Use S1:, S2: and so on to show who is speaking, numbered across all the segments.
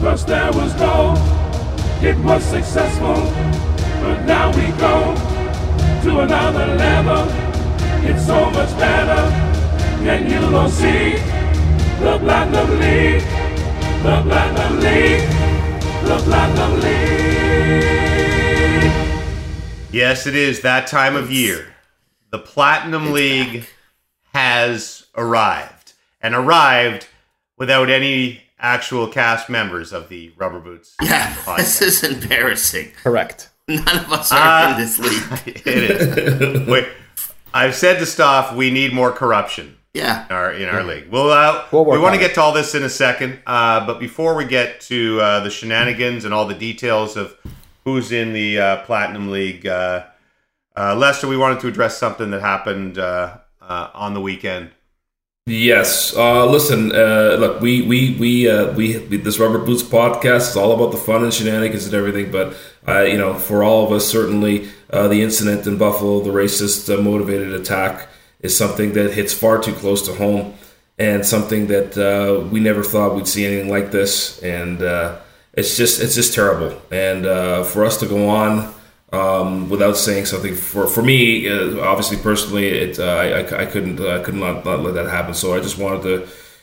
S1: First there was no, it was successful, but now we go to another level. It's so much better, and you will see the platinum league, the platinum league, the platinum league.
S2: Yes, it is that time of year. The Platinum League has arrived, and arrived without any actual cast members of the Rubber Boots.
S3: Yeah, this
S2: podcast.
S3: is embarrassing.
S4: Correct.
S3: None of us are
S2: Uh,
S3: in this league.
S2: it is. Wait, I've said to Stoff, we need more corruption.
S3: Yeah.
S2: in our in our league. Well, uh,
S4: We'll work
S2: we want to
S4: on
S2: get to all this in a second, uh, but before we get to uh, the shenanigans and all the details of who's in the uh, Platinum League, uh, uh, Lester, we wanted to address something that happened uh, uh, on the weekend.
S5: Yes. Uh, listen. Uh, look, we we we, uh, we we this Rubber Boots podcast is all about the fun and shenanigans and everything. But uh, you know, for all of us, certainly uh, the incident in Buffalo, the racist uh, motivated attack, is something that hits far too close to home, and something that uh, we never thought we'd see anything like this. And uh, it's just it's just terrible. And uh, for us to go on um, without saying something for for me, uh, obviously personally, it uh, I, I c- I couldn't uh, I could not, not let that happen. So I just wanted to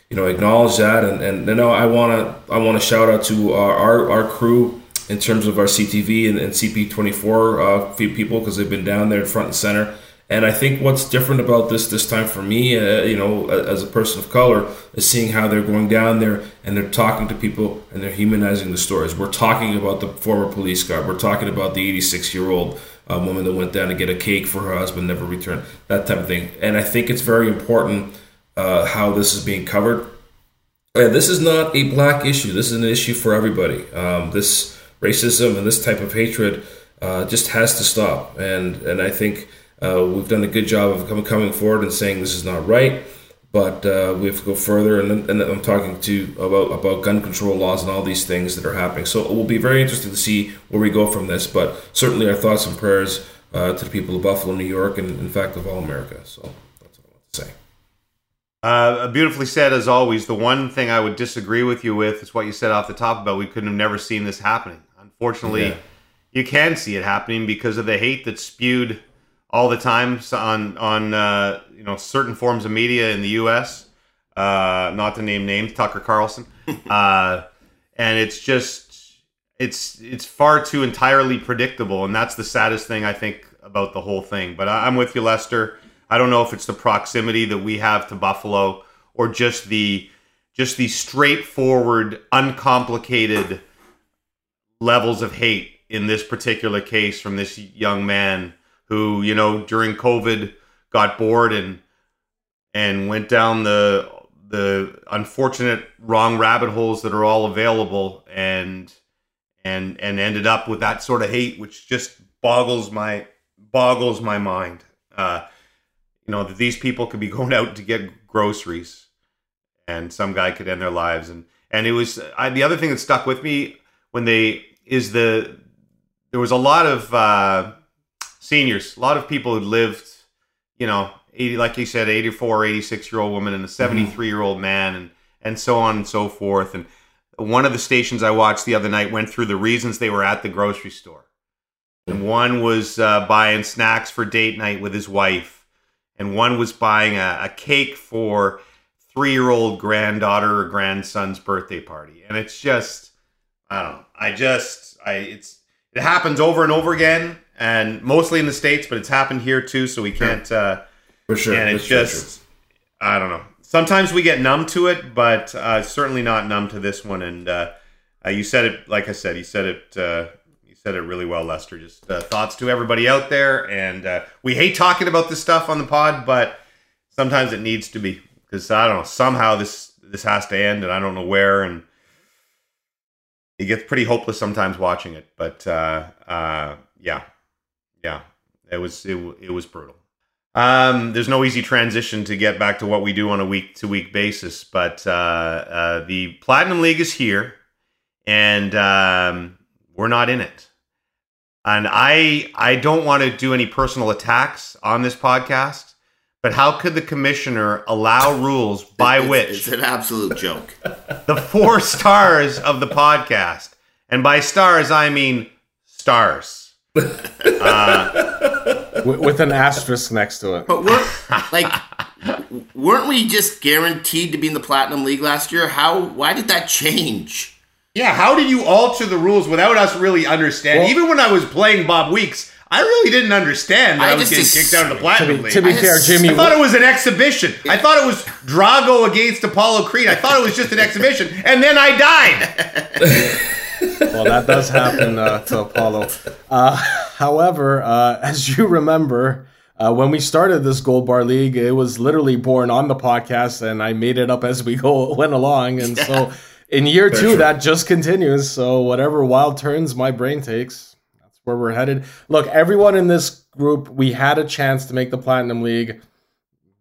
S5: you know acknowledge that, and and you know I wanna I wanna shout out to our our, our crew in terms of our CTV and, and CP24 uh, few people because they've been down there in front and center. And I think what's different about this this time for me, uh, you know, a- as a person of color, is seeing how they're going down there and they're talking to people and they're humanizing the stories. We're talking about the former police guard. We're talking about the 86 year old uh, woman that went down to get a cake for her husband, never returned, that type of thing. And I think it's very important uh, how this is being covered. Yeah, this is not a black issue. This is an issue for everybody. Um, this racism and this type of hatred uh, just has to stop. And and I think uh, we've done a good job of com- coming forward and saying this is not right. But uh, we have to go further, and, then- and then I'm talking to about about gun control laws and all these things that are happening. So it will be very interesting to see where we go from this. But certainly our thoughts and prayers uh, to the people of Buffalo, New York, and in fact of all America. So that's what I want to say.
S2: Uh, beautifully said, as always. The one thing I would disagree with you with is what you said off the top about we couldn't have never seen this happening. Unfortunately,
S5: Yeah.
S2: you can see it happening because of the hate that's spewed all the time so- on on uh, you know certain forms of media in the U.S. Uh, not to name names, Tucker Carlson, uh, and it's just it's it's far too entirely predictable, and that's the saddest thing I think about the whole thing. But I, I'm with you, Lester. I don't know if it's the proximity that we have to Buffalo or just the just the straightforward, uncomplicated levels of hate in this particular case from this young man who, you know, during COVID got bored and and went down the the unfortunate wrong rabbit holes that are all available and and and ended up with that sort of hate which just boggles my boggles my mind. Uh you know, that these people could be going out to get groceries and some guy could end their lives and and it was I, the other thing that stuck with me when they is the there was a lot of uh, seniors a lot of people who lived you know 80 like you said 84 86 year old woman and a 73 year old man and and so on and so forth and one of the stations i watched the other night went through the reasons they were at the grocery store and one was uh, buying snacks for date night with his wife and one was buying a, a cake for three-year-old granddaughter or grandson's birthday party and it's just i don't know i just i it's it happens over and over again and mostly in the states but it's happened here too so we can't uh
S5: For sure,
S2: and it's
S5: that's for sure.
S2: just i don't know sometimes we get numb to it but uh certainly not numb to this one and uh, uh you said it like i said you said it uh you said it really well lester just uh, thoughts to everybody out there and uh, we hate talking about this stuff on the pod but sometimes it needs to be because i don't know somehow this this has to end and i don't know where and it gets pretty hopeless sometimes watching it but uh uh yeah yeah it was it, w- it was brutal um, there's no easy transition to get back to what we do on a week to week basis, but uh, uh, the Platinum League is here, and um, we're not in it. And I I don't want to do any personal attacks on this podcast, But how could the commissioner allow rules by
S3: It's-
S2: which
S3: It's an absolute joke.
S2: the four stars of the podcast. And by stars, I mean stars.
S4: with, with an asterisk next to it.
S3: But we're like, weren't we just guaranteed to be in the Platinum League last year? How? Why did that change?
S2: Yeah, how did you alter the rules without us really understanding? Even when I was playing Bob Weeks, I really didn't understand that I,
S3: I
S2: was
S3: just
S2: getting kicked out of the Platinum League.
S4: To be
S3: I
S4: fair,
S3: just-
S4: Jimmy,
S2: I thought it was an exhibition. I thought it was Drago against Apollo Creed. I thought it was just an exhibition, and then I died.
S4: well, that does happen uh, to Apollo. Uh, however, uh, as you remember, uh, when we started this Gold Bar League, it was literally born on the podcast, and I made it up as we go went along, and so. In year two,
S5: true.
S4: that just continues. So whatever wild turns my brain takes, that's where we're headed. Look, everyone in this group, we had a chance to make the platinum league.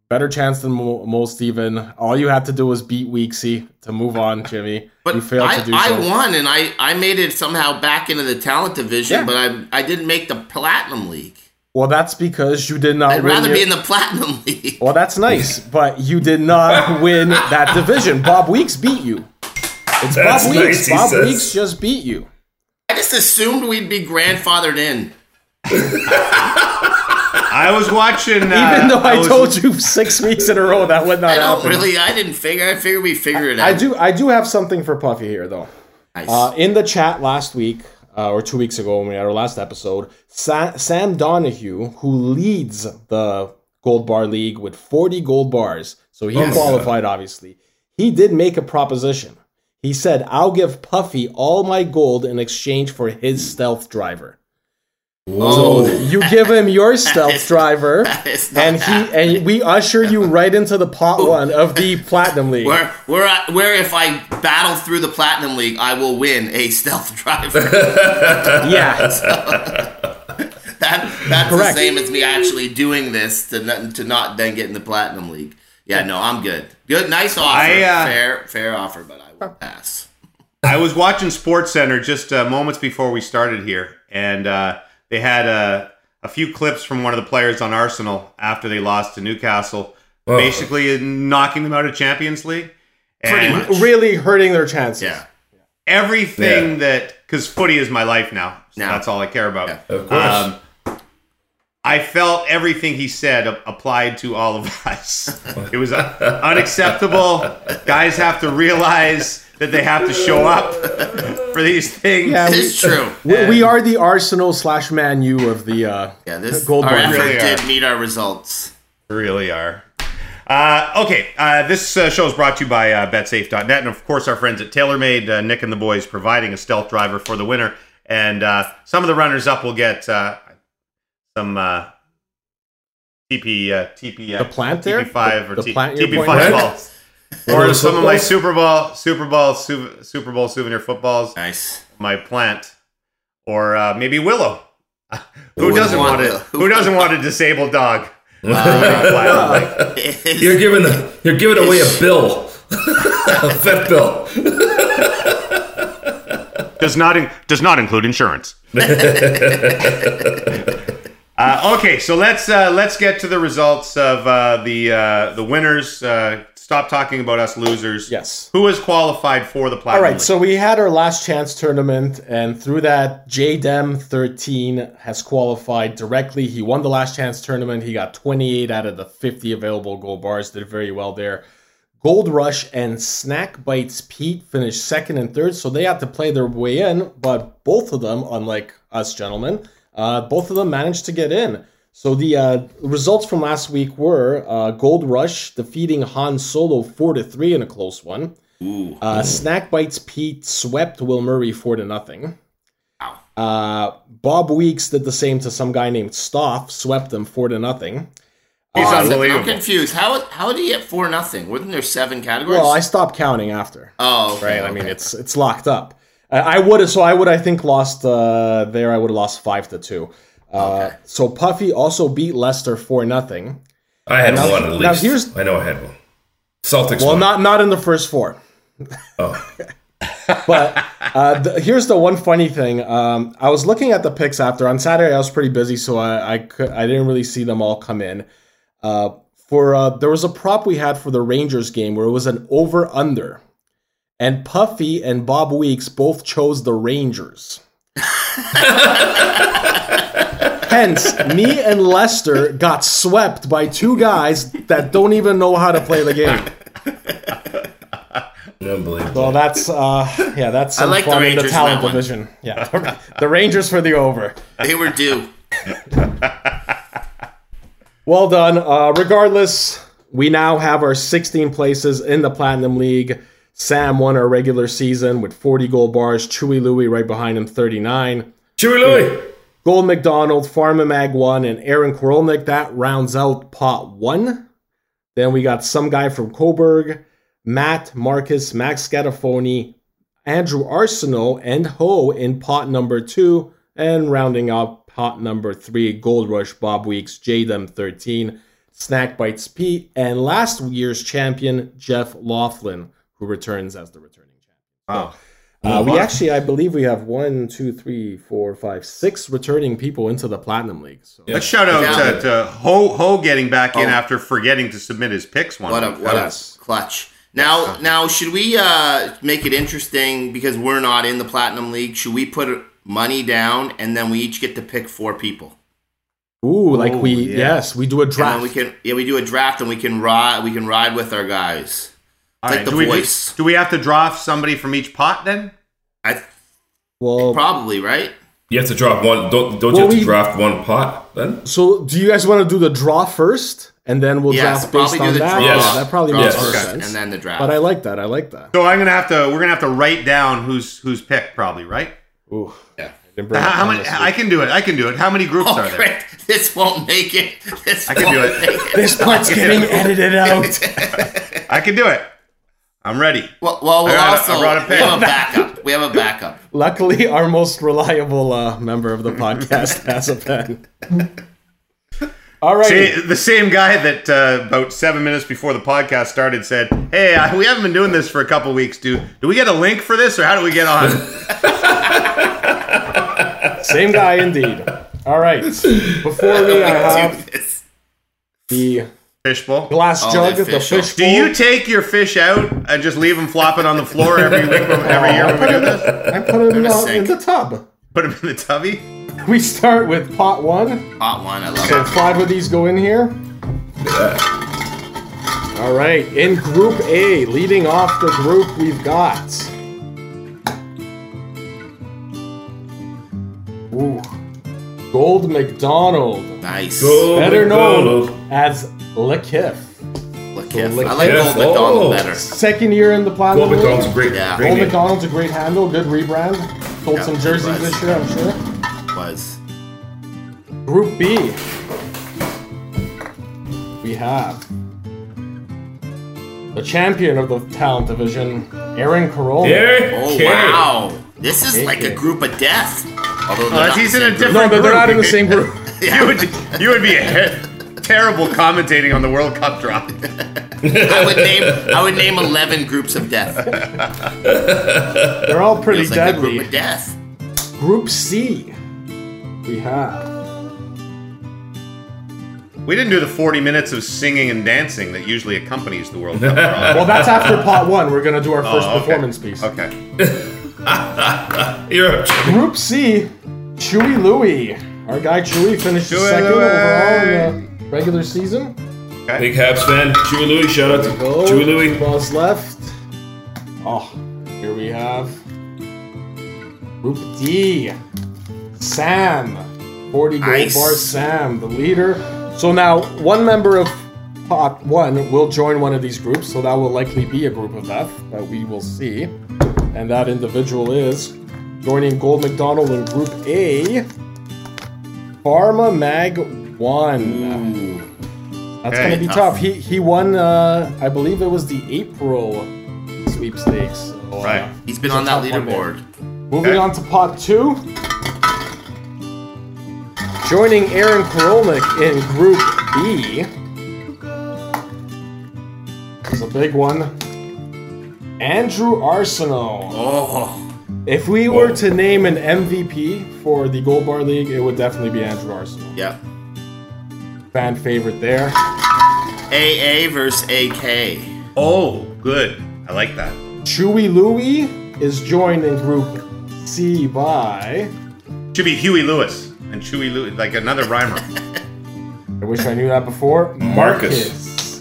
S4: Better chance than mo- most, even. All you had to do was beat Weeksy to move on, Jimmy.
S3: But
S4: you failed
S3: I,
S4: to do
S3: I
S4: so.
S3: won, and I, I made it somehow back into the talent division,
S4: Yeah.
S3: but I I didn't make the Platinum League.
S4: Well, that's because you did not
S3: I'd
S4: win.
S3: rather
S4: your-
S3: be in the Platinum League.
S4: well, that's nice, but you did not win that division. Bob Weeks beat you. It's
S5: That's
S4: Bob
S5: nice,
S4: Weeks.
S5: he
S4: Bob
S5: says.
S4: Weeks just beat you.
S3: I just assumed we'd be grandfathered in.
S2: I was watching. Uh,
S4: Even though I,
S2: was-
S4: told you six weeks in a row that would not
S3: I don't
S4: happen.
S3: really. I didn't figure. I figured we figured it out.
S4: I do. I do have something for Puffy here, though.
S3: Nice.
S4: Uh, in the chat last week uh, or two weeks ago when we had our last episode, Sa- Sam Donahue, who leads the Gold Bar League with 40 gold bars, so he qualified, obviously, he did make a proposition. He said, I'll give Puffy all my gold in exchange for his stealth driver.
S3: oh,
S4: You give him your stealth driver,
S3: it's not
S4: and he and we usher you right into the pot one of the Platinum League.
S3: Where, where, I, where? If I battle through the platinum league, I will win a stealth driver.
S4: Yeah.
S3: that, that's
S4: Correct.
S3: the same as me actually doing this to not, to not then get in the platinum league. Yeah, no, I'm good. Good, nice offer,
S2: I, uh,
S3: fair, fair offer, but I will pass.
S2: I was watching Sports Center just uh, moments before we started here, and uh, they had uh, a few clips from one of the players on Arsenal after they lost to Newcastle,
S5: Oh.
S2: basically knocking them out of Champions League.
S3: Pretty
S2: And
S3: much.
S4: Really hurting their chances.
S3: Yeah,
S2: everything
S5: Yeah.
S2: that because footy is my life now, so
S3: Yeah.
S2: that's all I care about.
S3: Yeah.
S5: Of course.
S2: Um, I felt everything he said a- applied to all of us. It was uh, unacceptable. Guys have to realize that they have to show up for these things.
S4: Yeah, we-
S3: it's true.
S4: We, we are the Arsenal slash Man U of the. Uh,
S3: Yeah, this
S4: Gold
S3: our
S4: bar.
S3: effort
S2: Really
S3: did
S2: are.
S3: meet our results.
S2: really are. Uh, okay, uh, this uh, show is brought to you by uh, betsafe.net and, of course, our friends at TaylorMade, uh, Nick and the boys providing a stealth driver for the winner. And uh, some of the runners up will get uh, some uh, TP, uh, TP, uh,
S4: The plant there?
S2: TP5 or
S4: The- the
S2: T-
S4: plant you're
S2: TP5
S4: pointing
S5: at?
S2: balls. or some of my Super Bowl, Super Bowl, su- Super Bowl souvenir footballs,
S3: Nice.
S2: my plant, or uh, maybe Willow. Who
S3: wouldn't
S2: doesn't want
S3: want
S2: it?
S3: Willow?
S2: Who doesn't want a disabled dog? Uh, like,
S5: You're giving a, you're giving away a bill, a vet bill.
S2: does not in, does not include insurance. uh, okay, so let's uh, let's get to the results of uh, the uh, the winners. Uh, stop talking about us losers.
S4: Yes.
S2: Who is qualified for the platinum?
S4: all right,
S2: League?
S4: so we had our last chance tournament, and through that, JDEM 13 has qualified directly. He won the last chance tournament. He got 28 out of the 50 available gold bars, did very well there. Gold Rush and Snack Bites Pete finished second and third, so they had to play their way in, but both of them, unlike us gentlemen, uh, both of them managed to get in. So the uh, results from last week were uh, Gold Rush defeating Han Solo 4 to 3 in a close one. Uh, Snack Bites Pete swept Will Murray 4 to nothing. Uh, Bob Weeks did the same to some guy named Stoff, swept them 4 to nothing.
S2: he's
S3: Awesome. I'm
S2: unbelievable.
S3: confused. How how did he get four nothing? Wasn't there seven categories?
S4: Well, I stopped counting after.
S3: oh, okay,
S4: right? I mean,
S3: okay.
S4: it's it's locked up. Uh, I would have so I would I think lost uh, there. I would have lost five to two. Uh, So Puffy also beat Leicester for nothing.
S5: I had
S4: Now-
S5: one at least.
S4: now here's-
S5: I know I had one. Celtics.
S4: Well,
S5: won.
S4: not not in the first four. but uh, the, here's the one funny thing. Um, I was looking at the picks after on Saturday. I was pretty busy, so I I, could, I didn't really see them all come in. Uh, for uh, there was a prop we had for the Rangers game where it was an over under, and Puffy and Bob Weeks both chose the Rangers. Hence, me and Lester got swept by two guys that don't even know how to play the game.
S5: Unbelievable.
S4: So that's uh, yeah, that's
S3: I
S4: some
S3: like the
S4: fun in the
S3: Rangers in that
S4: talent
S3: one.
S4: division. Yeah, the Rangers for the over.
S3: They were due.
S4: Well done. Uh, regardless, we now have our 16 places in the Platinum League. Sam won our regular season with 40 goal bars. Chewy Louie right behind him, 39.
S5: Chewy Louie.
S4: Gold McDonald, Pharma Mag 1, and Aaron Korolnik. That rounds out pot one. Then we got some guy from Coburg, Matt, Marcus, Max Scatafoni, Andrew Arsenal, and Ho in pot number two. And rounding out pot number three, Gold Rush, Bob Weeks, JDM 13, Snack Bites Pete, and last year's champion, Jeff Laughlin, who returns as the returning champion.
S2: Wow.
S4: Uh, we actually, I believe, we have one, two, three, four, five, six returning people into the Platinum League. So
S2: Let's shout out
S3: Yeah. Oh.
S2: to, to Ho Ho getting back in after forgetting to submit his picks one.
S3: What a
S2: week.
S3: what
S2: That
S3: a
S2: was-
S3: clutch. Now now should we uh, make it interesting because we're not in the platinum league? Should we put money down and then we each get to pick four people?
S4: ooh, like we
S2: yeah.
S4: yes, we do a
S3: And then
S4: draft.
S3: we can yeah we do a draft and we can ride we can ride with our guys.
S2: All
S3: like
S2: right,
S3: the
S2: do we,
S3: voice.
S2: Do we have to draw somebody from each pot then?
S3: I
S4: well,
S3: probably right.
S5: You have to drop one. Don't don't you
S4: Well,
S5: have to
S4: we-
S5: draft one pot then?
S4: so do you guys want to do the draw first, and then we'll
S3: Yes,
S4: draft based
S3: probably do
S4: on
S3: the
S4: that?
S3: draw.
S5: Yes.
S4: Yeah, that probably
S3: Draw
S5: Yes.
S4: makes more
S5: first,
S4: sense.
S3: and then the draft.
S4: But I like that. I like that.
S2: So I'm gonna have to. We're gonna have to write down who's who's picked probably, right?
S4: Ooh,
S3: Yeah.
S4: didn't bring
S2: How,
S4: it
S2: how
S4: down
S2: many?
S4: this
S2: I
S4: week.
S2: can do it. I can do it. How many groups
S3: Oh,
S2: are there?
S3: great. This won't make it. This
S2: I can
S3: won't
S2: do it.
S3: make
S4: this part's getting edited out.
S2: I can do it. I'm ready.
S3: Well, well,
S2: I
S3: we'll
S2: got a- I
S3: also
S2: brought a
S3: we have
S2: pen.
S3: a backup. We have a backup.
S4: Luckily, our most reliable uh, member of the podcast has a pen. All right.
S2: See, the same guy that uh, about seven minutes before the podcast started said, "Hey, I, we haven't been doing this for a couple weeks. Do do we get a link for this, or how do we get on?"
S4: Same guy indeed. All right. Before me, I have
S3: Do this.
S4: the
S2: Fishbowl.
S4: glass
S3: Oh,
S4: jug,
S3: the
S4: the
S3: fish bowl.
S4: fish.
S2: Do you take your fish out and just leave them flopping on the floor every week, every year when we do this?
S4: I put them in, the- in
S3: sink.
S4: the tub.
S2: Put them in the tubby.
S4: We start with pot one.
S3: Hot one. I love
S4: So
S3: it.
S4: five of these go in here. All right. In Group A, leading off the group, we've got. Ooh. Gold McDonald,
S3: Nice.
S5: Go
S4: better
S5: McDonald.
S4: known as Le Kiff.
S3: Lakiff.
S4: Lakiff.
S3: I like Gold
S5: Oh.
S3: McDonald better.
S4: Second year in the
S5: Go
S4: Platinum
S5: McDonald's a
S4: League.
S5: great,
S3: Yeah.
S5: great
S4: Old
S5: name.
S4: McDonald's a great handle, good rebrand. Sold
S3: Yeah,
S4: some jerseys
S3: right.
S4: this year, I'm sure.
S3: Was
S4: Group B. We have the champion of the talent division, Aaron Carolla.
S5: Eric
S3: oh
S5: K.
S3: wow, this is like a
S4: Okay.
S3: group of death.
S5: Oh,
S3: Although
S2: Uh,
S3: they're not
S2: he's in
S3: the
S2: a
S3: same
S2: different
S4: No, but they're
S2: group.
S4: not in the same group.
S2: You would, you would be a he- terrible commentating on the World Cup drop.
S3: group. I would name I would name eleven groups of death.
S4: They're all pretty
S3: It's like a
S4: deadly.
S3: group of death.
S4: Group C. We have.
S2: We didn't do the 40 minutes of singing and dancing that usually accompanies the World Cup drop.
S4: Well, that's after pot one. We're gonna do our first
S2: Oh, okay.
S4: performance piece.
S2: Okay.
S5: You're a
S4: Group C, Chewy Louie. Our guy Chewy finished
S2: Chewy
S4: second
S2: Louie.
S4: overall in the regular season.
S5: big Habs fan. Chewy Louie, shout out to
S4: Go. Two
S5: Chewy Louie.
S4: balls left. Oh, here we have Group D. Sam. 40 gold
S3: Nice.
S4: bar Sam, the leader. So now one member of pot one will join one of these groups, so that will likely be a group of death that we will see. And that individual is joining Gold McDonald in Group A. Pharma Mag 1. That's
S2: Okay.
S4: gonna be tough. He he won. Uh, I believe it was the April sweepstakes. So, uh,
S2: Right.
S3: He's been on that
S4: tough one there.
S3: leaderboard.
S4: Moving
S2: Okay.
S4: on to pot two. Joining Aaron Korolnik in Group B. This is a big one. Andrew Arsenal.
S3: Oh,
S4: If we were to name an MVP for the Gold Bar League, it would definitely be Andrew Arsenal.
S3: yeah.
S4: Fan favorite there.
S3: AA versus AK.
S2: Oh, good. I like that.
S4: Chewy Louie is joined in Group C by.
S2: Should be Huey Lewis and Chewy Lewis, like another rhymer.
S4: I wish I knew that before.
S5: Marcus.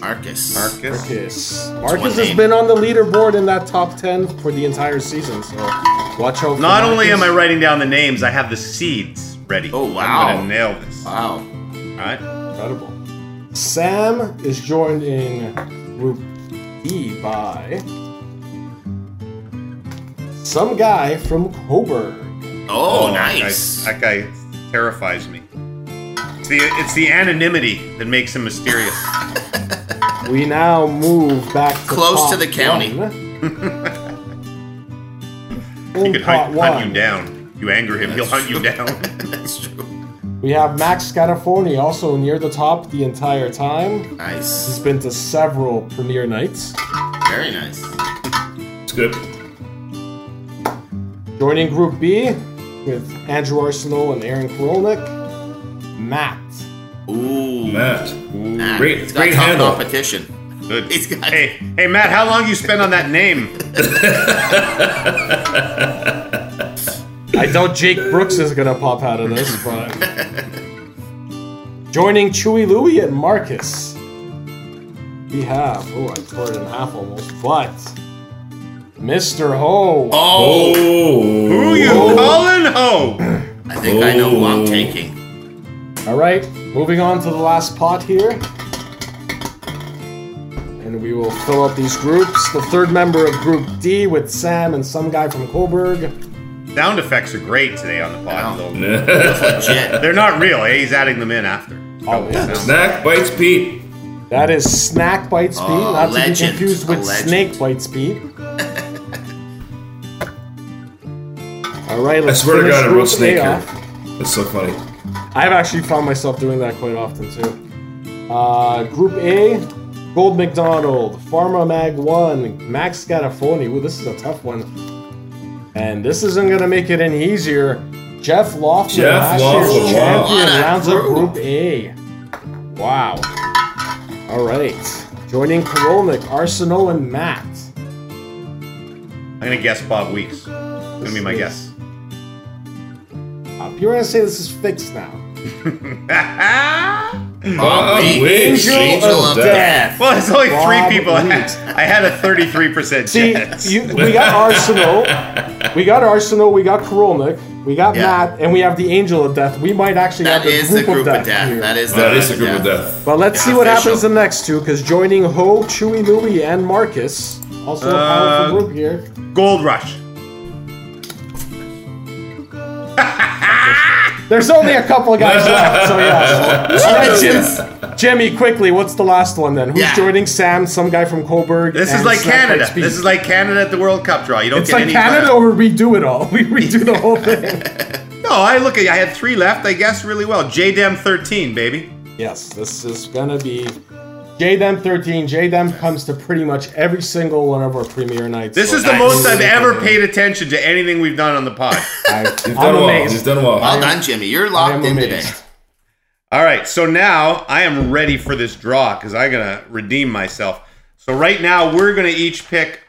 S2: Marcus.
S3: Marcus.
S4: Marcus.
S3: one
S4: Marcus has
S3: name.
S4: been on the leaderboard in that top 10 for the entire season, so watch out for
S2: Not only am I
S4: Marcus.
S2: writing down the names, I have the seeds ready.
S3: Oh,
S2: I'm
S3: wow.
S2: gonna nail this. All
S3: Wow.
S2: right.
S4: Incredible. Sam is joined in group E by some guy from Coburg.
S3: Oh,
S2: that guy-
S3: nice.
S2: That guy, terrifies me. It's the it's the anonymity that makes him mysterious.
S4: We now move back to
S3: Close
S4: pot
S3: to the county.
S4: one.
S2: He
S4: In
S2: could
S4: pot
S2: hunt, hunt
S4: one,
S2: you down. You anger him, he'll hunt you down.
S3: That's true.
S4: We have Max Scatafoni also near the top the entire time.
S3: Nice.
S4: He's been to several premiere nights.
S3: Very nice.
S5: It's good.
S4: Joining Group B with Andrew Arsenal and Aaron Korolnik, Matt.
S3: Ooh.
S5: Matt.
S3: Nah,
S5: Great-
S3: he's got
S5: great
S3: tough
S5: handle.
S3: competition.
S2: Good.
S3: He's got-
S2: Hey, hey, Matt, how long you spend on that name?
S4: I doubt Jake Brooks is gonna pop out of this, but joining Chewy Louie and Marcus. We have oh I tore it in half almost, but Mr. Ho.
S3: Oh,
S5: Oh.
S2: Who you calling ho?
S3: I think I know who I'm
S5: Oh.
S3: taking.
S4: Alright, moving on to the last pot here. And we will fill out these groups. The third member of Group D with Sam and some guy from Coburg.
S2: Sound effects are great today on the
S4: Oh,
S2: pod.
S3: Wow.
S2: though.
S3: Legit.
S2: They're not real, eh? He's adding them in after.
S4: Oh, yeah.
S5: Snack bites Pete.
S4: That is Snack Bites Pete,
S3: Oh,
S4: not to be
S3: legend.
S4: confused
S3: A
S4: with
S3: legend.
S4: Snake Bites Pete. All right,
S5: I
S4: let's
S5: swear to
S4: finish
S5: God, I
S4: Group
S5: wrote snake
S4: A
S5: here.
S4: off.
S5: That's so funny.
S4: I've actually found myself doing that quite often too. Uh, group A, Gold McDonald, Pharma Mag 1, Max Scatafoni. Ooh, this is a tough one. And this isn't going to make it any easier. Jeff Lofton,
S5: Jeff
S4: last
S5: Lofton,
S4: year's
S5: wow.
S4: champion,
S3: What a
S4: rounds up
S3: group.
S4: Group A. Wow. All right. Joining Korolnik, Arsenal, and Matt.
S2: I'm gonna guess Bob Weeks. It's gonna be my guess.
S4: Uh, you're going to say this is fixed now.
S5: Bob
S3: Weeks.
S5: Weeks.
S4: Angel Ah, of Death.
S2: Well, it's only
S4: Bob
S2: three people. I had,
S4: Weeks.
S2: I had a 33%
S4: See,
S2: chance.
S4: you, we got Arsenal, we got Arsenal, we got Korolnik, we got
S3: Yeah.
S4: Matt, and we have the Angel of Death. We might actually
S3: That
S4: have the
S3: is
S4: group,
S3: the group
S4: of
S3: of death.
S4: here.
S3: That is the
S5: That is a group of death.
S4: but let's
S3: Yeah,
S4: see what
S3: official.
S4: happens in the next two, because joining Ho, Chewy Louie, and Marcus, also a powerful
S2: Uh,
S4: group here.
S2: Gold Rush.
S4: There's only a couple of guys left, so yeah. All right, Jim, Jimmy, quickly, what's the last one then? Who's
S3: Yeah.
S4: joining Sam? Some guy from Coburg.
S2: This is
S4: and
S2: like
S4: Snack
S2: Canada.
S4: Bites Pete.
S2: This is like Canada at the World Cup draw. You don't
S4: it's
S2: get
S4: like
S2: any.
S4: Canada,
S2: left.
S4: or we redo it all. We redo the whole thing.
S2: No, I look at. I had three left. I guess really well. JDM 13, baby.
S4: Yes, this is gonna be JDM 13. JDM comes to pretty much every single one of our premiere nights.
S2: This
S4: so
S2: is the
S4: I-
S2: most I've ever paid attention to anything we've done on the pod.
S5: You've
S4: I'm
S5: done well.
S4: amazed.
S5: You've done well.
S3: Well done, Jimmy. You're
S4: I am
S3: locked in today.
S4: amazed.
S2: All right, so now I am ready for this draw because I'm gonna redeem myself. So right now we're gonna each pick.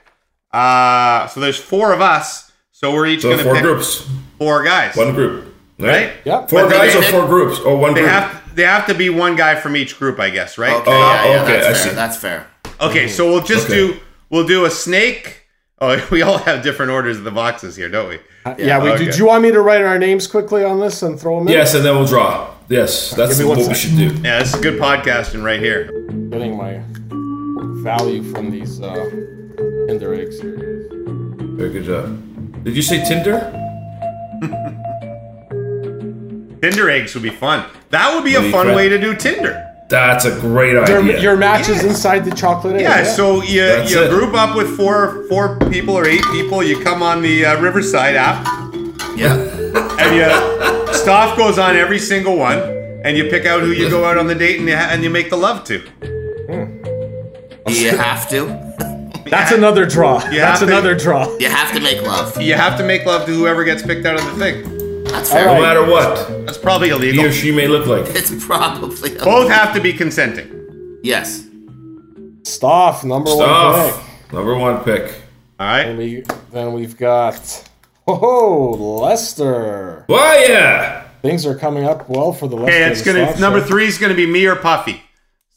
S2: Uh, so there's four of us. So we're each
S5: So
S2: gonna
S5: four
S2: pick
S5: groups.
S2: four guys.
S5: One group.
S2: Right?
S4: Yep.
S5: Four
S2: But they-
S5: guys or
S2: they-
S5: four groups? Or one
S2: They
S5: group?
S2: have they have to be one guy from each group, I guess, right?
S3: Okay,
S5: Oh,
S3: yeah, yeah,
S5: okay,
S3: that's
S5: I
S3: fair.
S5: see.
S3: That's fair.
S2: Okay, so we'll just
S5: Okay.
S2: do we'll do a snake. Oh, we all have different orders of the boxes here, don't we?
S4: Yeah, we
S2: Okay.
S4: do. Do you want me to write our names quickly on this and throw them in?
S5: Yes, and then we'll draw. Yes, that's
S4: Give me
S5: what
S4: one
S5: we should do.
S2: Yeah, this is good podcasting right here.
S4: Getting my value from these uh, Kinder eggs. here.
S5: Very good job. Did you say Tinder?
S2: Tinder eggs would be fun. That would be
S5: Really
S2: a fun
S5: fun.
S2: way to do Tinder.
S5: That's a great
S4: Your,
S5: idea.
S4: your match is
S2: Yeah.
S4: inside the chocolate egg.
S2: Yeah, so you,
S5: That's
S2: you
S5: it.
S2: group up with four four people or eight people. You come on the uh, Riverside app,
S3: Yeah.
S2: and
S4: uh,
S2: you stuff goes on every single one, and you pick out who you go out on the date and you, ha- and you make the love to.
S3: Do you have to?
S4: that's another draw. That's
S2: have to-
S4: another draw.
S3: You have to make love.
S2: You have to make love to whoever gets picked out on the thing.
S3: That's
S4: All
S5: no
S3: fair.
S4: right.
S5: matter what
S2: That's probably
S5: he
S2: illegal.
S5: or she may look like.
S3: It's probably a-
S2: Both have to be consenting.
S3: Yes.
S4: Stoff, number one pick.
S5: Stuff. Number one pick.
S2: All
S4: And
S2: right.
S4: we then we've got oh Lester.
S5: Well, Oh, yeah.
S4: Things are coming up well for the Lester.
S2: Okay, it's
S4: and
S2: gonna
S4: Stoff
S2: number
S4: show.
S2: three is gonna be me or Puffy.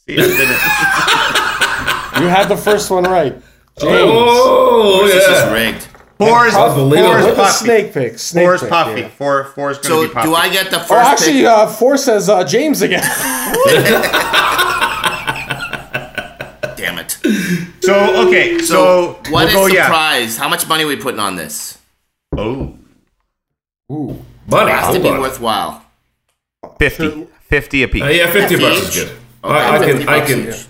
S2: See, I did it.
S4: You had the first one right. James.
S5: Oh,
S3: This is
S5: yeah.
S3: rigged.
S2: Four is
S5: Unbelievable.
S2: four is
S4: With the
S2: Puffy.
S4: snake pick. Snake
S2: Four is
S4: pick,
S2: Puffy.
S4: yeah.
S2: Four four is gonna
S3: So
S2: be Puffy.
S3: do I get the first
S4: Oh, actually,
S3: pick?
S4: uh, four says uh, James again.
S3: Damn it.
S2: so okay, so,
S3: So, what is
S2: we'll go,
S3: the
S2: yeah.
S3: prize? How much money are we putting on this?
S2: Oh.
S4: Ooh,
S5: Buddy,
S3: Has to
S5: hold
S3: be
S5: on.
S3: worthwhile.
S2: 50. 50 apiece.
S5: Uh, yeah, fifty
S3: Fifty
S5: bucks is
S3: each.
S5: good. I, I
S3: Okay,
S5: can,
S3: fifty
S5: I
S3: bucks
S5: can,
S3: each.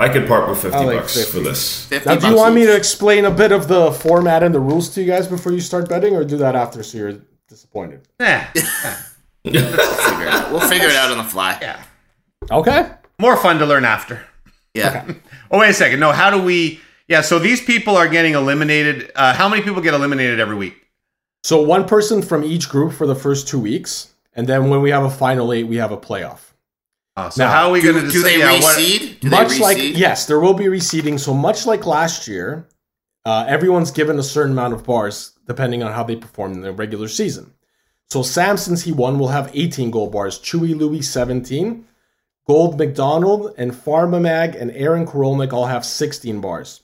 S5: I can part with fifty
S4: I like
S5: bucks
S4: 50.
S5: for this.
S3: 50
S4: now, do you
S3: bucks
S4: want me
S3: each.
S4: to explain a bit of the format and the rules to you guys before you start betting, or do that after so you're disappointed?
S2: Eh,
S3: figure it out. We'll figure it out on the fly. Yeah.
S4: Okay.
S2: more fun to learn after. Oh, wait a second. No, how do we Yeah, so these people are getting eliminated. Uh, how many people get eliminated every week?
S4: So one person from each group for the first two weeks, and then when we have a final eight, we have a playoff.
S2: Uh, so
S4: Now,
S2: how are we
S3: Do,
S2: going to
S3: do they
S2: yeah, what-
S3: reseed? Do
S4: much
S3: they reseed?
S4: like yes, there will be reseeding. So much like last year, uh, everyone's given a certain amount of bars depending on how they perform in the regular season. So Sam, since he won, will have 18 gold bars. Chewy Louie 17, Gold McDonald and Pharma Mag and Aaron Korolnik all have 16 bars.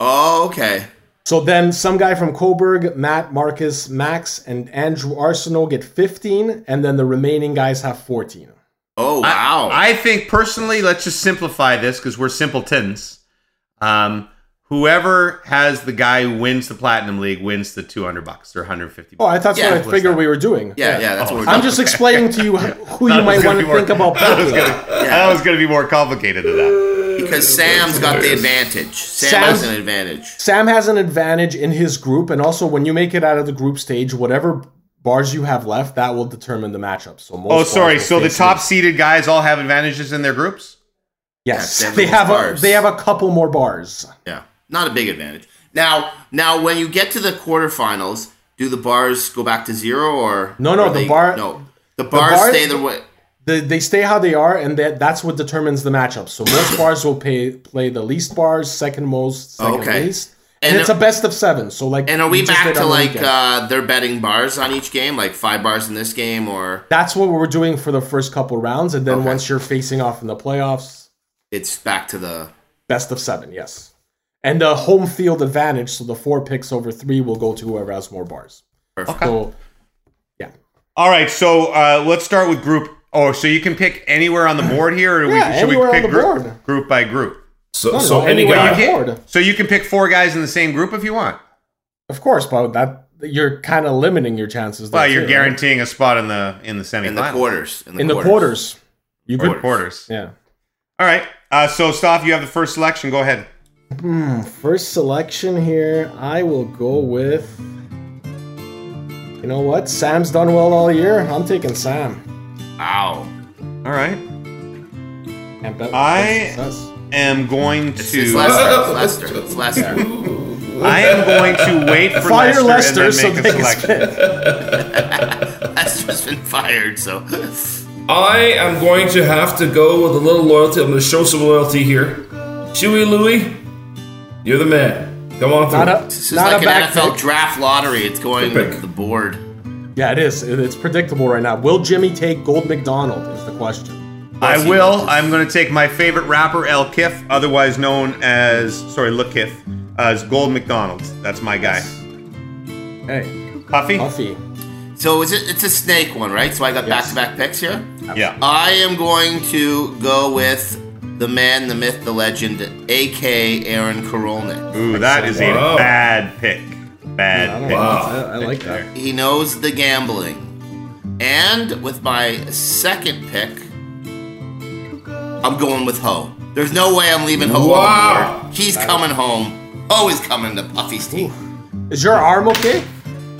S3: Oh, okay.
S4: So then some guy from Coburg, Matt Marcus, Max, and Andrew Arsenal get 15, and then the remaining guys have 14.
S3: Oh, wow.
S2: I think personally, let's just simplify this because we're simpletons. Um, whoever has the guy who wins the platinum league wins the two hundred bucks or one hundred fifty.
S4: Oh, I thought
S3: Yeah.
S4: that's what I figured we were doing.
S3: yeah, yeah, that's what we're doing.
S4: I'm just explaining to you who you
S2: That was
S4: might
S2: gonna
S4: want
S2: be
S4: to
S2: more-
S4: think about
S2: That was
S4: betting.
S2: gonna, that was gonna be more complicated than that.
S3: because Sam's got the advantage. Sam
S4: Sam-
S3: has an advantage.
S4: Sam has an advantage in his group, and also when you make it out of the group stage, whatever bars you have left, that will determine the matchup. So most
S2: Oh,
S4: bars
S2: sorry.
S4: will
S2: So the
S4: face
S2: top
S4: you.
S2: seeded guys all have advantages in their groups.
S4: yes,
S3: Yeah, Sam
S4: they
S3: has
S4: have a,
S3: bars.
S4: they have a couple more bars.
S3: Yeah, not a big advantage. Now, now, when you get to the quarterfinals, do the bars go back to zero or
S4: No, no,
S3: or
S4: the bar-
S3: No, the bars
S4: bars-
S3: stay the way.
S4: They, they stay how they are, and that that's what determines the matchup. So most bars will pay, play the least bars, second most, second
S3: Okay.
S4: least, and,
S3: And-
S4: it's a best of seven. So like,
S3: And are we
S4: you just
S3: back
S4: did
S3: to
S4: on the
S3: like
S4: weekend.
S3: uh, they're betting bars on each game, like five bars in this game, or
S4: that's what we're doing for the first couple rounds, and then once you're facing off in the playoffs,
S3: it's back to the
S4: best of seven, yes. And the home field advantage, so the four picks over three will go to whoever has more bars. So, yeah.
S2: All right. So uh, let's start with group. Oh, so you can pick anywhere on the board here, or
S4: Yeah,
S2: we, should we
S4: anywhere on
S2: pick
S4: the
S2: group
S4: board.
S2: group by group?
S5: So,
S4: No,
S5: so
S4: no,
S5: any
S4: anyway,
S5: guy.
S4: you Board.
S2: So you can pick four guys in the same group if you want.
S4: Of course, but that you're kind of limiting your chances. there
S2: Well, you're
S4: too, right?
S2: guaranteeing a spot in the in the
S3: in the
S2: semifinals.
S3: quarters.
S4: in the quarters. You
S2: Or
S4: could,
S2: quarters.
S4: yeah.
S2: All right. Uh, so, Stoff, you have the first selection. Go ahead.
S4: First selection here, I will go with. You know what? Sam's done well all year. I'm taking Sam.
S3: Wow,
S2: All right.
S4: And bet
S2: I-
S4: success.
S2: Am going
S3: it's, it's
S2: to.
S3: Lester. It's Lester. It's Lester.
S2: I am going to wait for
S4: fire
S2: Lester,
S4: Lester, so
S2: and then
S4: make
S2: make a
S4: his
S2: selection.
S4: pick.
S3: Lester's been fired, so
S5: I am going to have to go with a little loyalty. I'm going to show some loyalty here. Chewy Louie, you're the man. Come on through.
S4: Not a,
S3: this is
S4: not
S3: like
S4: a
S3: an
S4: back
S3: NFL
S4: pick.
S3: draft lottery. It's going
S5: Good pick.
S3: with the board.
S4: Yeah, it is. It- It's predictable right now. Will Jimmy take Gold McDonald? Is the question.
S2: I will. I'm going to take my favorite rapper, El Kiff, otherwise known as sorry, Look Kiff, as Gold McDonald's. That's my guy.
S4: Hey,
S2: Puffy.
S4: Buffy.
S3: So is it? It's a snake one, right? So I got back-to-back picks here.
S2: Yeah.
S3: I am going to go with the man, the myth, the legend, A.K. Aaron Korolnik.
S2: Ooh, that is a
S5: Wow.
S2: bad pick. Bad pick.
S5: Wow.
S4: I, I like that.
S3: He knows the gambling. And with my second pick, I'm going with Ho. There's no way I'm leaving Ho on
S5: Wow.
S3: the board. He's coming home. Ho is coming to Puffy's team.
S4: Is your arm okay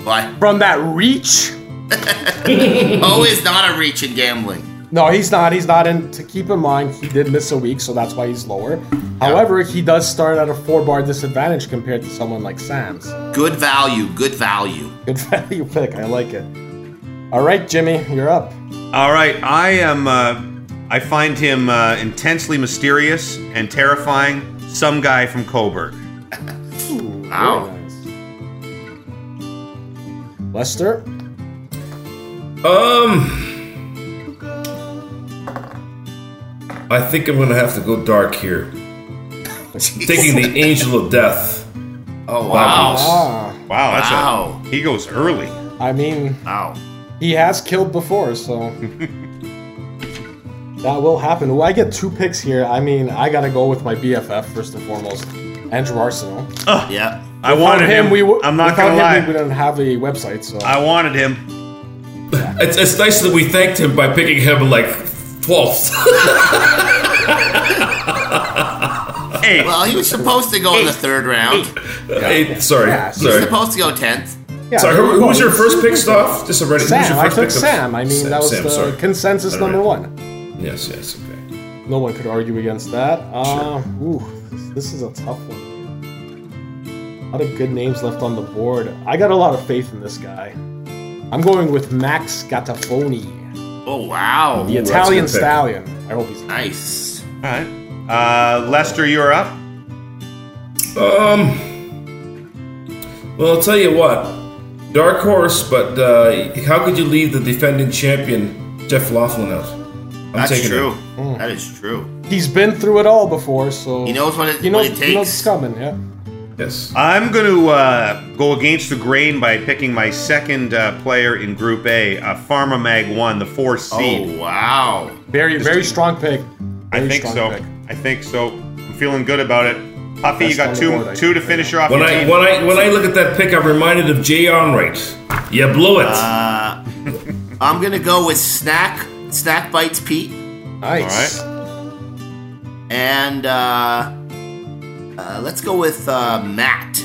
S3: Why?
S4: from that reach?
S3: Ho is Oh, not a reach in gambling.
S4: No, he's not. He's not. And to keep in mind, he did miss a week, so that's why he's lower. However, he does start at a four-bar disadvantage compared to someone like Sam's.
S3: Good value, good value.
S4: Good value pick. I like it. All right, Jimmy, you're up.
S2: All right, I am. Uh, I find him uh, intensely mysterious and terrifying. Some guy from Coburg.
S3: Wow.
S4: Lester?
S5: Um, I think I'm gonna have to go dark here. Taking the Angel of Death.
S3: Oh wow.
S4: Ah,
S2: Wow, that's
S3: Wow.
S2: a he goes early.
S4: I mean,
S3: Wow.
S4: he has killed before, so. that will happen. Well, I get two picks here. I mean, I gotta go with my BFF first and foremost, Andrew Arsenal.
S3: Yeah.
S2: I wanted him.
S4: we would.
S2: I'm not gonna
S4: him,
S2: lie.
S4: We wouldn't have a website, so.
S2: I wanted him.
S5: It's, it's nice that we thanked him by picking him like 12th.
S2: Hey,
S3: Well, he was supposed to go in the third round.
S5: Eighth, sorry,
S4: Yeah, he's
S5: sorry.
S3: Supposed to go tenth.
S4: yeah,
S5: Sorry,
S4: there
S5: who,
S4: we
S5: who
S4: go.
S5: was your
S4: It's-
S5: first pick, Stuff? Just already. who was
S4: Sam.
S5: your
S4: I
S5: first
S4: took
S5: pick of-
S4: Sam. I mean,
S5: Sam,
S4: that was
S5: Sam,
S4: the
S5: sorry.
S4: consensus
S5: All
S4: number
S5: right.
S4: one.
S5: Yes, yes, okay.
S4: No one could argue against that. Uh, ooh, this, this is a tough one. A lot of good names left on the board. I got a lot of faith in this guy. I'm going with Max Gattafoni,
S3: Oh wow.
S4: the
S5: that's a
S4: Italian
S5: good pick.
S4: stallion. I hope he's.
S3: Nice.
S2: all right. Uh, Lester, you're up.
S5: Um. Well, I'll tell you what. Dark horse, but uh, how could you leave the defending champion Jeff Laughlin out? I'm
S3: That's
S5: taking him.
S3: true. That is true.
S4: He's been through it all before, so
S3: He knows what it,
S4: he knows,
S3: what it
S4: he knows it's
S3: takes.
S4: coming. Yeah.
S5: Yes.
S2: I'm going to uh, go against the grain by picking my second uh, player in Group A, uh, Pharma Mag 1, the 4 seed.
S3: oh wow.
S4: Very, very strong pick.
S2: I
S4: Very
S2: think
S4: strong
S2: so.
S4: pick.
S2: I think so. I'm feeling good about it. Puffy, you
S4: Best
S2: got
S4: on the
S2: two
S4: board, I
S2: two to
S4: think,
S2: finish
S4: right
S2: her off.
S5: When
S2: your
S5: I
S2: team.
S5: when I when I look at that pick, I'm reminded of Jay Onright. You blew it.
S3: Ah, I'm gonna go with snack snack bites Pete
S4: Nice.
S3: and uh, uh, let's go with uh, Matt.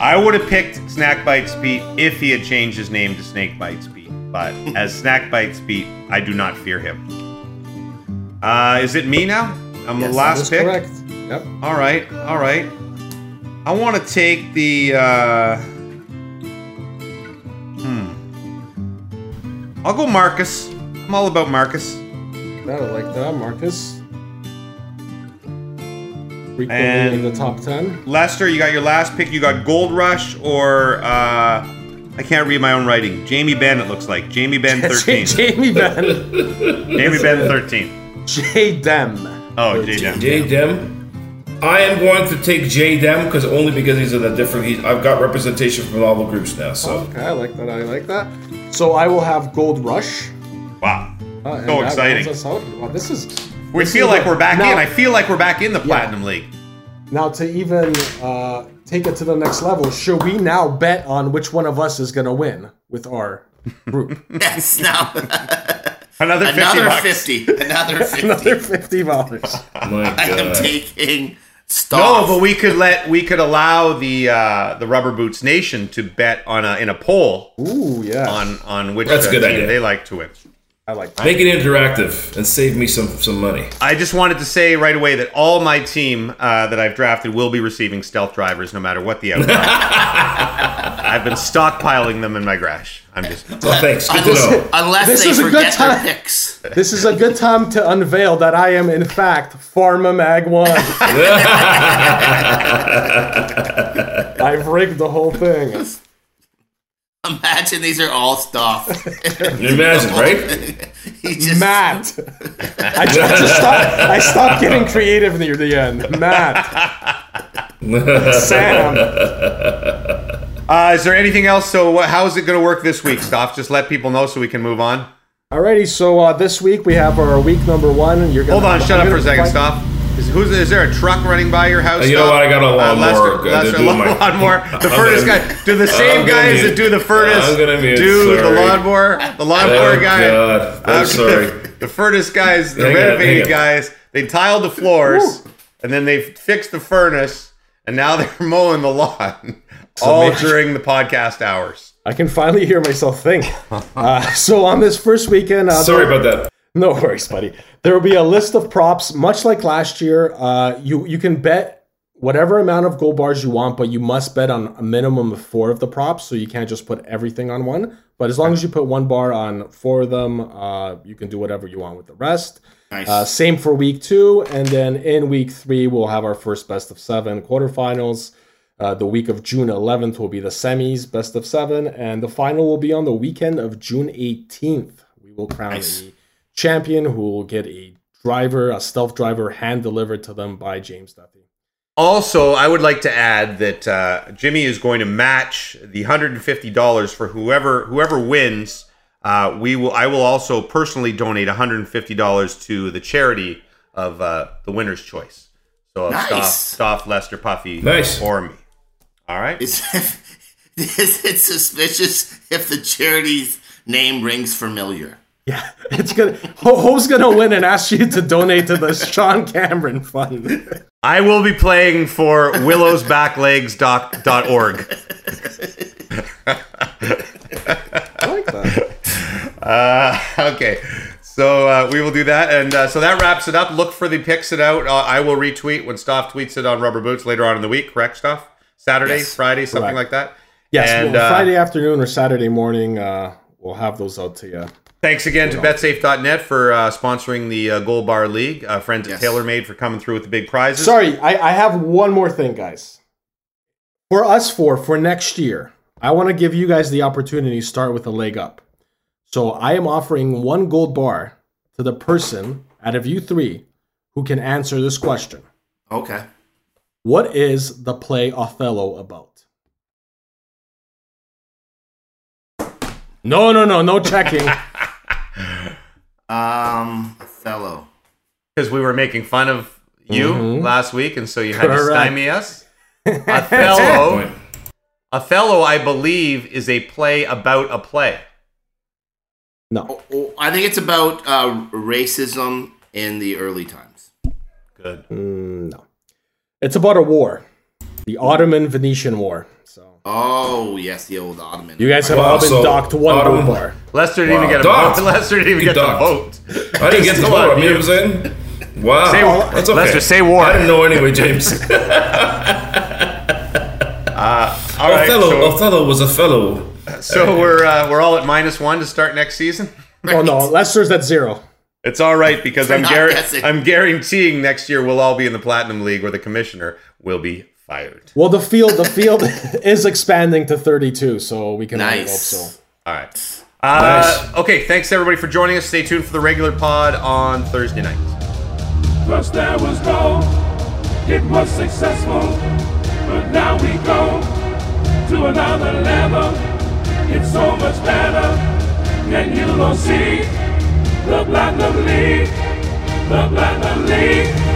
S2: I would have picked Snack Bites Pete if he had changed his name to Snake Bites Pete. But as Snack Bites Pete, I do not fear him. Uh, is it me now? I'm
S3: Yes,
S2: the
S4: That is
S2: last pick.
S4: correct. Yep.
S2: All right, all right. I want to take the. Uh, hmm. I'll go Marcus. I'm all about Marcus.
S4: That I like that, Marcus. Frequently in
S2: And-
S4: the top ten.
S2: Lester, you got your last pick. You got Gold Rush or uh, I can't read my own writing. Jamie Ben, it looks like Jamie Ben thirteen.
S4: Jamie Ben.
S2: Jamie Ben thirteen.
S4: J Dem.
S2: Oh, JJ.
S5: Jay Dem. I am going to take Jay Dem because only because he's in a different. He's, I've got representation from all the groups now. So
S4: Okay, I like that. I like that. So I will have Gold Rush.
S2: Wow,
S4: Uh, and
S2: so
S4: that
S2: exciting.
S4: rounds us out here. Wow, this is
S2: We
S4: this
S2: feel
S4: is
S2: like
S4: a-
S2: we're back
S4: now,
S2: in. I feel like we're back in the Platinum League.
S4: now to even uh, take it to the next level, should we now bet on which one of us is gonna win with our group?
S3: Yes, now
S2: Another fifty.
S3: another
S2: bucks.
S3: fifty, another fifty.
S4: Another fifty dollars.
S5: my
S3: I am
S5: God.
S3: taking
S2: No,
S3: Stoff.
S2: Oh, but we could let we could allow the uh, the Rubber Boots Nation to bet on a in a poll
S4: Ooh yeah,
S2: on on which
S5: That's a
S2: uh,
S5: good
S2: team
S5: idea.
S2: they like to win.
S4: I like that.
S5: make it interactive and save me some some money.
S2: I just wanted to say right away that all my team uh, that I've drafted will be receiving stealth drivers, no matter what the outcome. I've been stockpiling them in my garage. I'm just
S5: Well, thanks. Good to know.
S3: unless
S4: This
S3: they
S4: is a good
S3: forget their
S4: time.
S3: picks.
S4: This is a good time to unveil that I am in fact Pharma Mag One. I've rigged the whole thing.
S3: Imagine these are all Stoff.
S5: You imagine,
S2: oh,
S5: right?
S3: he just
S4: Matt. I just, I just stopped, I stopped getting creative near the end. Matt. Sam.
S2: Uh, is there anything else? So, what, how is it going to work this week, Stoff? Just let people know so we can move on.
S4: Alrighty, so uh, this week we have our week number one. and You're gonna,
S2: Hold on, shut up
S4: I'm
S2: for a
S4: gonna
S2: second,
S4: invite-
S2: Stoff. Is, who's, is there a truck running by your house?
S5: Uh, you know
S2: Stoff?
S5: what? I got a
S2: Lester,
S5: lawnmower. They're
S2: Lester,
S5: doing my-
S2: lawnmower. The
S5: I'm
S2: furnace
S5: gonna-
S2: guy. Do the same
S5: I'm gonna
S2: guys that
S5: mute.
S2: do the furnace
S5: I'm gonna mute,
S2: do the
S5: sorry.
S2: lawnmower? The lawnmower
S5: Oh,
S2: guy.
S5: God.
S2: Okay.
S5: I'm sorry.
S2: The furnace guys, the
S5: Hang on, hang
S2: renovating
S5: on.
S2: guys, they tiled the floors and then they fixed the furnace and now they're mowing the lawn all
S4: amazing.
S2: during the podcast hours.
S4: I can finally hear myself think. Uh, so on this first weekend,
S2: oh.
S4: uh,
S5: Sorry about that.
S4: No worries, buddy. There will be a list of props, much like last year. Uh, you you can bet whatever amount of gold bars you want, but you must bet on a minimum of four of the props, so you can't just put everything on one. But as long as you put one bar on four of them, uh, you can do whatever you want with the rest.
S3: Nice.
S4: Uh, same for week two, and then in week three we'll have our first best of seven quarterfinals. Uh, the week of June 11th will be the semis, best of seven, and the final will be on the weekend of June 18th. We will crown
S3: Nice.
S4: a champion who will get a driver, a stealth driver, hand delivered to them by James Duffy.
S2: Also, I would like to add that uh, Jimmy is going to match the hundred and fifty dollars for whoever whoever wins. Uh, we will. I will also personally donate one hundred and fifty dollars to the charity of uh, the winner's choice. So
S3: Nice.
S2: nice. Stoff, Stoff, Lester, Puffy,
S5: Nice.
S2: or me. All right.
S3: Is, is it suspicious if the charity's name rings familiar?
S4: Yeah, it's gonna. Ho- Hope's gonna win and ask you to donate to the Sean Cameron Fund.
S2: I will be playing for willowsbacklegs.org.
S4: I like that.
S2: Uh, okay. So uh, we will do that. And uh, so that wraps it up. Look for the picks it out. Uh, I will retweet when Stoff tweets it on Rubber Boots later on in the week, correct, Stoff? Saturday,
S3: Yes.
S2: Friday, something like
S4: Correct.
S2: that.
S4: Yes,
S2: And,
S4: well,
S2: uh,
S4: Friday afternoon or Saturday morning, uh, we'll have those out to you.
S2: Thanks again to betsafe.net for uh, sponsoring the uh, Gold Bar League. Uh, friends
S3: Yes.
S2: at TaylorMade for coming through with the big prizes.
S4: Sorry, I, I have one more thing, guys. For us four, for next year, I want to give you guys the opportunity to start with a leg up. So I am offering one gold bar to the person out of you three who can answer this question.
S3: Okay.
S4: What is the play Othello about? No, no, no, no checking.
S3: Um, Othello.
S2: Because we were making fun of you
S4: Mhm.
S2: last week, and so you had to
S4: Correct.
S2: stymie us. Othello.
S5: Point.
S2: Othello, I believe, is a play about a play.
S4: no.
S3: Oh, oh, I think it's about uh, racism in the early times.
S2: Good.
S4: Mm, no. It's about a war. The Ottoman Venetian War. So
S3: Oh yes, the old Ottoman.
S4: you guys have
S5: Wow,
S4: all been
S5: so
S4: docked one
S5: Ottoman-
S4: gold bar.
S2: Lester didn't
S5: Wow.
S2: even get a
S5: Docked.
S2: vote. Lester didn't even
S5: You
S2: get the
S5: docked.
S2: vote.
S5: I didn't get the
S2: Come on,
S5: war. I mean,
S2: you-
S5: I'm saying, wow,
S2: Say-
S5: that's okay.
S2: Lester, say war.
S5: I didn't know anyway, James.
S2: All right,
S5: Othello,
S2: so-
S5: Othello was a fellow.
S2: so, we're uh, we're all at minus one to start next season.
S4: Oh no, Lester's at zero.
S2: It's all right because I'm
S3: not
S2: guar-
S3: guessing.
S2: I'm guaranteeing next year we'll all be in the platinum league where the commissioner will be fired.
S4: Well, the field the field is expanding to 32, so we can only
S3: Nice.
S4: hope so.
S2: All right. Uh, Okay. Thanks everybody for joining us. Stay tuned for the regular pod on Thursday night.
S1: First there was no, it was successful, but now we go to another level. It's so much better, and you don't see the Platinum League, the Platinum League.